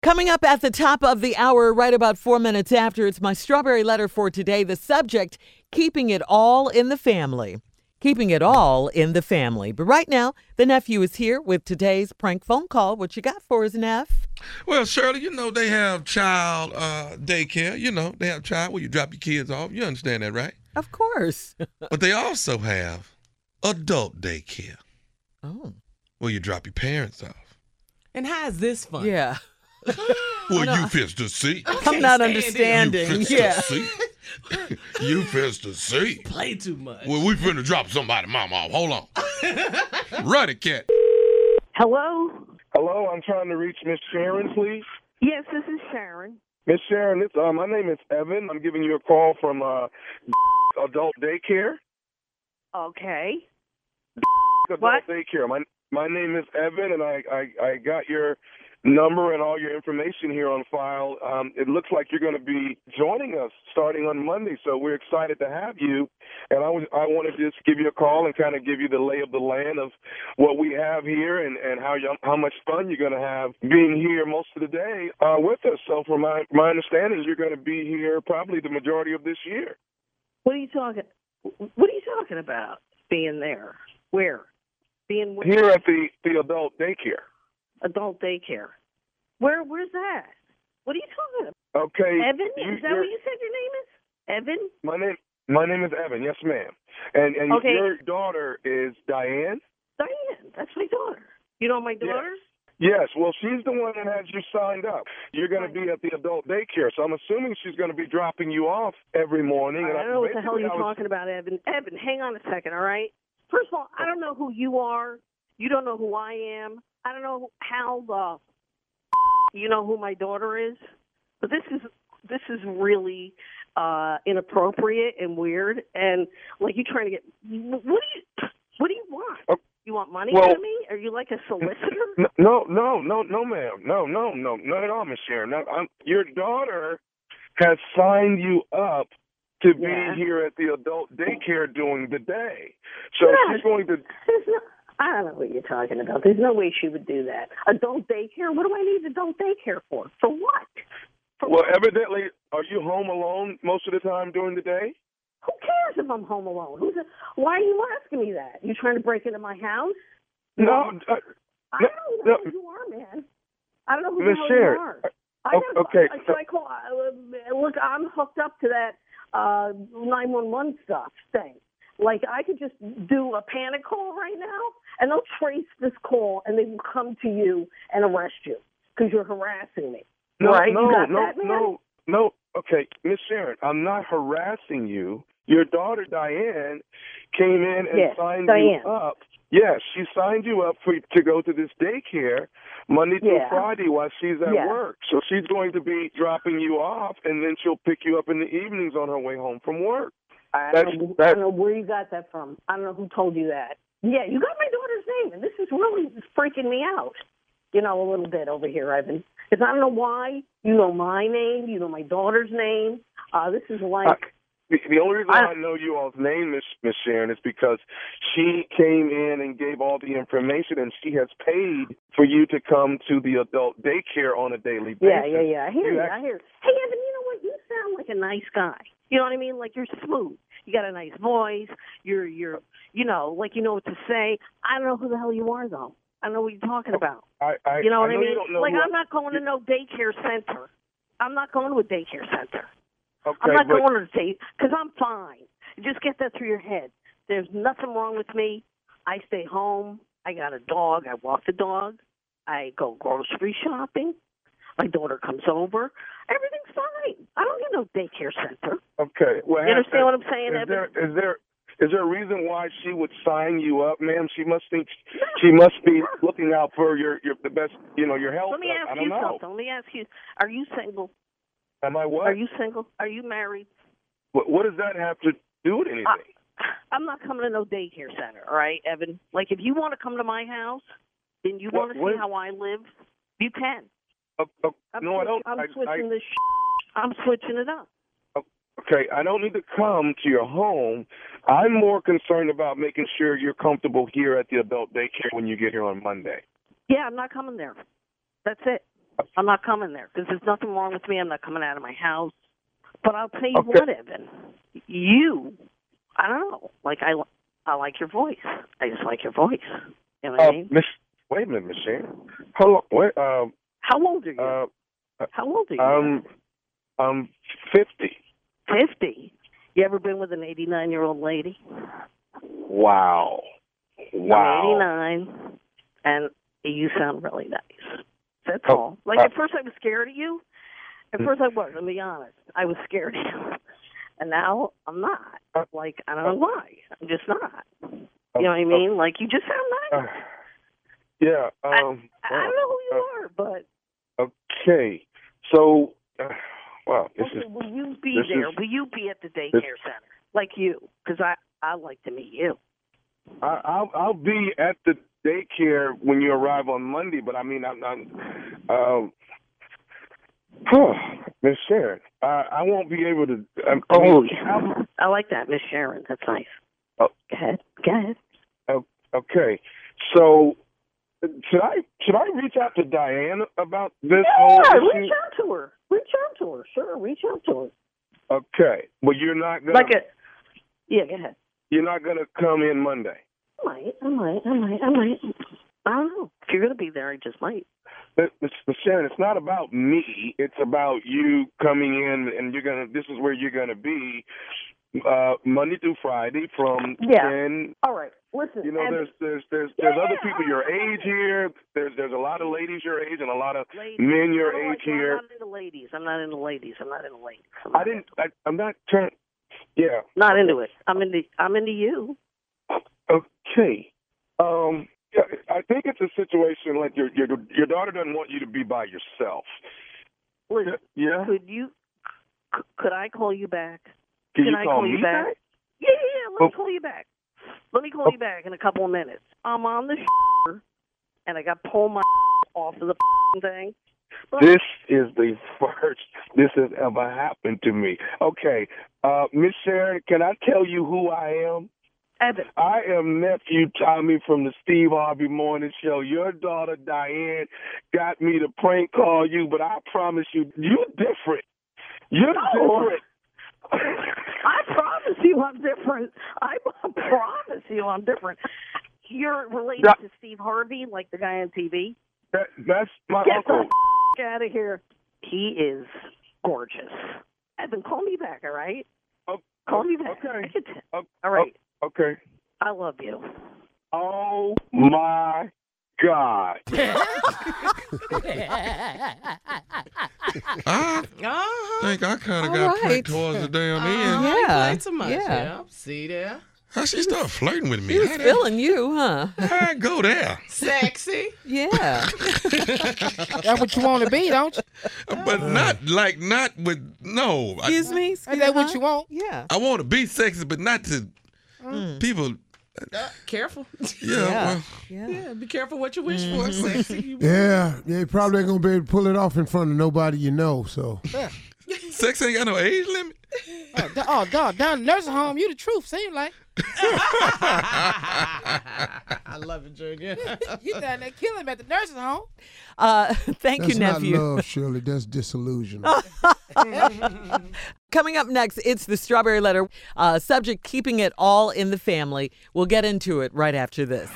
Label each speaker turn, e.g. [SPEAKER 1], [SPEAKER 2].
[SPEAKER 1] Coming up at the top of the hour, right about four minutes after, it's my strawberry letter for today. The subject keeping it all in the family. Keeping it all in the family. But right now, the nephew is here with today's prank phone call. What you got for us, Neff?
[SPEAKER 2] Well, Shirley, you know they have child uh, daycare. You know they have child where you drop your kids off. You understand that, right?
[SPEAKER 1] Of course.
[SPEAKER 2] But they also have adult daycare
[SPEAKER 1] Oh,
[SPEAKER 2] where you drop your parents off.
[SPEAKER 3] And how is this fun?
[SPEAKER 1] yeah. Oh,
[SPEAKER 2] Well, you fist to see.
[SPEAKER 1] I'm not
[SPEAKER 3] stand
[SPEAKER 1] understanding.
[SPEAKER 2] You fist
[SPEAKER 1] Yeah.
[SPEAKER 2] to see. you fist to see.
[SPEAKER 3] Play too much.
[SPEAKER 2] Well, we finna drop somebody, mama. Off. Hold on. Run it, cat.
[SPEAKER 4] Hello?
[SPEAKER 5] Hello, I'm trying to reach Miss Sharon, please.
[SPEAKER 4] Yes, this is Sharon.
[SPEAKER 5] Miss Sharon, it's, uh, my name is Evan. I'm giving you a call from uh, Adult Daycare.
[SPEAKER 4] Okay.
[SPEAKER 5] Adult
[SPEAKER 4] What?
[SPEAKER 5] Daycare. My my name is Evan, and I, I I got your number and all your information here on file. Um, it looks like you're going to be joining us starting on Monday, so we're excited to have you. And I was I want to just give you a call and kind of give you the lay of the land of what we have here and and how you, how much fun you're going to have being here most of the day uh, with us. So from my my understanding, you're going to be here probably the majority of this year.
[SPEAKER 4] What are you talking What are you talking about being there? Where? Being where?
[SPEAKER 5] Here at the the Adult Daycare.
[SPEAKER 4] Adult daycare. Where where's that? What are you talking about?
[SPEAKER 5] Okay,
[SPEAKER 4] Evan?
[SPEAKER 5] you-
[SPEAKER 4] Is that
[SPEAKER 5] you're-
[SPEAKER 4] what you said your name is? Evan?
[SPEAKER 5] My name my name is Evan, yes ma'am. And and
[SPEAKER 4] Okay.
[SPEAKER 5] your daughter is Diane?
[SPEAKER 4] Diane, that's my daughter. You know my
[SPEAKER 5] Yes.
[SPEAKER 4] daughter?
[SPEAKER 5] Yes, well she's the one that has you signed up. You're gonna be at the adult daycare, so I'm assuming she's gonna be dropping you off every morning and
[SPEAKER 4] I don't know what the hell
[SPEAKER 5] basically
[SPEAKER 4] you're
[SPEAKER 5] I was-
[SPEAKER 4] talking about, Evan. Evan, hang on a second, all right? First of all, I don't know who you are. You don't know who I am. I don't know how the you know who my daughter is. But this is this is really uh inappropriate and weird and like you trying to get what do you what do you
[SPEAKER 5] Oh.
[SPEAKER 4] want? You want money
[SPEAKER 5] Well-
[SPEAKER 4] from me? Are you like a solicitor?
[SPEAKER 5] N- No, no, no, no, ma'am. No, no, no, not at all, Miss Sharon. No, I'm, your daughter has signed you up to be
[SPEAKER 4] Yeah.
[SPEAKER 5] here at the adult daycare during the day. So
[SPEAKER 4] Yeah.
[SPEAKER 5] she's going to
[SPEAKER 4] There's no, I don't know what you're talking about. There's no way she would do that. Adult daycare? What do I need adult daycare for? For what? For
[SPEAKER 5] Well, evidently are you home alone most of the time during the day?
[SPEAKER 4] Who cares if I'm home alone? Who's a, why are you asking me that? You trying to break into my house?
[SPEAKER 5] No, uh,
[SPEAKER 4] I
[SPEAKER 5] No,
[SPEAKER 4] don't know
[SPEAKER 5] no.
[SPEAKER 4] who you are, man. I don't know who
[SPEAKER 5] Miss
[SPEAKER 4] the hell
[SPEAKER 5] Sharon,
[SPEAKER 4] you are.
[SPEAKER 5] uh,
[SPEAKER 4] I
[SPEAKER 5] o-
[SPEAKER 4] never,
[SPEAKER 5] okay,
[SPEAKER 4] I,
[SPEAKER 5] so-
[SPEAKER 4] so I call. I, look, I'm hooked up to that uh 911 stuff thing. Like I could just do a panic call right now, and they'll trace this call, and they will come to you and arrest you because you're harassing me.
[SPEAKER 5] no,
[SPEAKER 4] right?
[SPEAKER 5] no,
[SPEAKER 4] you got
[SPEAKER 5] no,
[SPEAKER 4] that, man?
[SPEAKER 5] no, no. Okay, Miss Sharon, I'm not harassing you. Your daughter Diane came in and
[SPEAKER 4] Yes,
[SPEAKER 5] signed
[SPEAKER 4] Diane.
[SPEAKER 5] you up. Yes, she signed you up for to go to this daycare Monday through
[SPEAKER 4] Yeah.
[SPEAKER 5] Friday while she's at
[SPEAKER 4] Yeah.
[SPEAKER 5] work. So she's going to be dropping you off, and then she'll pick you up in the evenings on her way home from work.
[SPEAKER 4] I
[SPEAKER 5] That's-
[SPEAKER 4] don't, know, I
[SPEAKER 5] that's-
[SPEAKER 4] don't know where you got that from. I don't know who told you that. Yeah, you got my daughter's name, and this is really freaking me out. You know, a little bit over here, Evan. Because I don't know why you know my name, you know my daughter's name. Uh, this is like,
[SPEAKER 5] The, the only reason
[SPEAKER 4] I-
[SPEAKER 5] I, know you all's name, Miss Miss Sharon, is because she came in and gave all the information, and she has paid for you to come to the adult daycare on a daily basis.
[SPEAKER 4] yeah, yeah, yeah. I hear
[SPEAKER 5] You
[SPEAKER 4] you.
[SPEAKER 5] act-
[SPEAKER 4] I hear. you. Hey, Evan, you know what? You sound like a nice guy. You know what I mean? Like you're smooth. You got a nice voice. You're, you're, you know, like you know what to say. I don't know who the hell you are though. I don't know what you're talking
[SPEAKER 5] Oh,
[SPEAKER 4] about.
[SPEAKER 5] I, I,
[SPEAKER 4] You know what I,
[SPEAKER 5] know
[SPEAKER 4] mean?
[SPEAKER 5] You don't know
[SPEAKER 4] like
[SPEAKER 5] who I-
[SPEAKER 4] I'm not going to no daycare center. I'm not going to a daycare center.
[SPEAKER 5] Okay,
[SPEAKER 4] I'm not
[SPEAKER 5] but,
[SPEAKER 4] going to date because I'm fine. Just get that through your head. There's nothing wrong with me. I stay home. I got a dog. I walk the dog. I go grocery shopping. My daughter comes over. Everything's fine. I don't need no daycare center.
[SPEAKER 5] Okay. Well,
[SPEAKER 4] You
[SPEAKER 5] has-
[SPEAKER 4] understand what I'm saying,
[SPEAKER 5] uh, is
[SPEAKER 4] Evan?
[SPEAKER 5] there, is there is there a reason why she would sign you up, ma'am? She must think she must be looking out for your your the best, you know, your health.
[SPEAKER 4] Let me
[SPEAKER 5] I- I
[SPEAKER 4] ask
[SPEAKER 5] don't
[SPEAKER 4] you
[SPEAKER 5] know.
[SPEAKER 4] something. Let me ask you: Are you single?
[SPEAKER 5] Am I what?
[SPEAKER 4] Are you single? Are you married?
[SPEAKER 5] what? What does that have to do with anything?
[SPEAKER 4] I, I'm not coming to no daycare center, all right, Evan? Like, if you want to come to my house and you
[SPEAKER 5] What-
[SPEAKER 4] want to
[SPEAKER 5] what-
[SPEAKER 4] see how I live, you can.
[SPEAKER 5] Oh, oh,
[SPEAKER 4] I'm
[SPEAKER 5] no, I don't.
[SPEAKER 4] am
[SPEAKER 5] I- I-
[SPEAKER 4] switching this. Sh- I'm switching it up.
[SPEAKER 5] Okay, I don't need to come to your home. I'm more concerned about making sure you're comfortable here at the adult daycare when you get here on Monday.
[SPEAKER 4] Yeah, I'm not coming there. That's it. I'm not coming there because there's nothing wrong with me. I'm not coming out of my house. But I'll tell you
[SPEAKER 5] Okay.
[SPEAKER 4] what, Evan, you, I don't know. Like I, I like your voice. I just like your voice. You know what I
[SPEAKER 5] Uh,
[SPEAKER 4] mean?
[SPEAKER 5] Miss, wait a minute, Miss Shane. How long? Wait, uh,
[SPEAKER 4] How old are you?
[SPEAKER 5] uh, um,
[SPEAKER 4] How old are you?
[SPEAKER 5] I'm, I'm fifty.
[SPEAKER 4] 50. You ever been with an 89 year old lady?
[SPEAKER 5] Wow. Wow.
[SPEAKER 4] I'm 89, and you sound really nice. That's
[SPEAKER 5] Oh,
[SPEAKER 4] all. Like,
[SPEAKER 5] uh, Hmm.
[SPEAKER 4] at first I was scared of you. At first I was, I'll be honest. I was scared of you. And now I'm
[SPEAKER 5] Uh,
[SPEAKER 4] not. Like, I
[SPEAKER 5] Oh.
[SPEAKER 4] don't know why. I'm just not.
[SPEAKER 5] Uh,
[SPEAKER 4] You know what I
[SPEAKER 5] uh,
[SPEAKER 4] mean? Like, you just sound
[SPEAKER 5] uh,
[SPEAKER 4] nice.
[SPEAKER 5] yeah. Um,
[SPEAKER 4] I I don't know who you
[SPEAKER 5] oh.
[SPEAKER 4] are, but
[SPEAKER 5] are. Okay. So, uh, wow. This is
[SPEAKER 4] will, will you be
[SPEAKER 5] this is-
[SPEAKER 4] there? will you be at the daycare center? Like you? Because I, I like to meet you.
[SPEAKER 5] I, I'll I'll be at the daycare when you arrive on Monday, but I mean I'm not. Um, Miss Sharon, I, I won't be able to. I'm, I mean,
[SPEAKER 4] Oh,
[SPEAKER 5] I'm-
[SPEAKER 4] yeah. I like that, Miss Sharon. That's nice.
[SPEAKER 5] Oh.
[SPEAKER 4] Go ahead. Go ahead.
[SPEAKER 5] okay. So should I should I reach out to Diane about this whole
[SPEAKER 4] yeah,
[SPEAKER 5] issue?
[SPEAKER 4] reach out to her. Reach out to her. Sure, reach out to her.
[SPEAKER 5] Okay, but you're not gonna
[SPEAKER 4] Like a. Yeah, go ahead.
[SPEAKER 5] you're not gonna come in Monday.
[SPEAKER 4] I might. I might. I might. I might. I don't know. If you're gonna be there, I just might.
[SPEAKER 5] But, Miss Miss Sharon, it's not about me. It's about you coming in, and you're gonna. This is where you're gonna be uh, Monday through Friday from
[SPEAKER 4] Yeah.
[SPEAKER 5] ten.
[SPEAKER 4] All right. Listen.
[SPEAKER 5] You know,
[SPEAKER 4] Evan,
[SPEAKER 5] there's there's there's
[SPEAKER 4] Yeah,
[SPEAKER 5] there's other
[SPEAKER 4] yeah,
[SPEAKER 5] people
[SPEAKER 4] I-
[SPEAKER 5] your
[SPEAKER 4] I-
[SPEAKER 5] age here. There's there's a lot of ladies your age and a lot of
[SPEAKER 4] ladies.
[SPEAKER 5] men
[SPEAKER 4] I
[SPEAKER 5] your
[SPEAKER 4] don't
[SPEAKER 5] age
[SPEAKER 4] like-
[SPEAKER 5] here.
[SPEAKER 4] I'm not into ladies. I'm not into ladies. I'm not into ladies. I'm
[SPEAKER 5] I didn't. I, I'm not trying. Yeah.
[SPEAKER 4] Not into it. I'm into. I'm into you.
[SPEAKER 5] Okay. Um. yeah, I think it's a situation like your your your daughter doesn't want you to be by yourself.
[SPEAKER 4] Listen.
[SPEAKER 5] Yeah.
[SPEAKER 4] Could you? c- Could I call you back?
[SPEAKER 5] Can,
[SPEAKER 4] Can
[SPEAKER 5] you
[SPEAKER 4] I
[SPEAKER 5] call,
[SPEAKER 4] call you
[SPEAKER 5] me
[SPEAKER 4] back? Yeah, yeah, yeah. Let
[SPEAKER 5] Oh.
[SPEAKER 4] me call you back. Let me call
[SPEAKER 5] Oh.
[SPEAKER 4] you back in a couple of minutes. I'm on the and I got to pull my off of the thing. But
[SPEAKER 5] This is the first this has ever happened to me. Okay, uh, Miss Sharon, can I tell you who I am?
[SPEAKER 4] Evan,
[SPEAKER 5] I am nephew Tommy from the Steve Harvey Morning Show. Your daughter Diane got me to prank call you, but I promise you, you're different. You're
[SPEAKER 4] No.
[SPEAKER 5] different.
[SPEAKER 4] I promise you I'm different. I promise you I'm different. You're related
[SPEAKER 5] Yeah.
[SPEAKER 4] to Steve Harvey, like the guy on TV.
[SPEAKER 5] That, that's my
[SPEAKER 4] Get the
[SPEAKER 5] uncle.
[SPEAKER 4] out of here. He is gorgeous. Evan, call me back, all right?
[SPEAKER 5] Oh,
[SPEAKER 4] Call me back.
[SPEAKER 5] okay.
[SPEAKER 4] I can t-
[SPEAKER 5] Oh,
[SPEAKER 4] all right.
[SPEAKER 5] Okay.
[SPEAKER 4] I love you.
[SPEAKER 5] Oh my God.
[SPEAKER 2] I
[SPEAKER 3] Uh-huh.
[SPEAKER 2] think I kind of
[SPEAKER 1] All
[SPEAKER 2] got
[SPEAKER 1] right.
[SPEAKER 2] pricked towards the damn
[SPEAKER 3] Uh-huh,
[SPEAKER 2] end.
[SPEAKER 3] he
[SPEAKER 1] Yeah,
[SPEAKER 3] played too much.
[SPEAKER 1] yeah.
[SPEAKER 3] Yeah. See there?
[SPEAKER 2] How she started flirting with me?
[SPEAKER 1] He was
[SPEAKER 2] How that-
[SPEAKER 1] feeling you, huh?
[SPEAKER 2] How'd I go there?
[SPEAKER 3] Sexy.
[SPEAKER 1] Yeah.
[SPEAKER 6] That's what you want to be, don't you?
[SPEAKER 1] Uh-huh.
[SPEAKER 2] But not like not with no. I,
[SPEAKER 1] Excuse me. Excuse
[SPEAKER 6] Ain't that what
[SPEAKER 1] huh?
[SPEAKER 6] you want?
[SPEAKER 1] Yeah.
[SPEAKER 2] I want to be sexy, but not to people.
[SPEAKER 3] Uh, careful.
[SPEAKER 2] Yeah,
[SPEAKER 1] Yeah.
[SPEAKER 2] well,
[SPEAKER 1] Yeah.
[SPEAKER 3] yeah, be careful what you wish for. Sexy. You-
[SPEAKER 7] Yeah, yeah, you probably ain't gonna be able to pull it off in front of nobody you know. So
[SPEAKER 2] sex ain't got no age limit.
[SPEAKER 6] Oh, da- oh dog, down the nursing home, you the truth, seem like.
[SPEAKER 3] I love it, Junior.
[SPEAKER 6] You down there killing him at the nursing home.
[SPEAKER 1] Uh, thank
[SPEAKER 7] that's
[SPEAKER 1] you,
[SPEAKER 7] not
[SPEAKER 1] nephew.
[SPEAKER 7] love, Shirley. That's disillusional.
[SPEAKER 1] Coming up next, it's the Strawberry Letter. Uh, subject keeping it all in the family. We'll get into it right after this.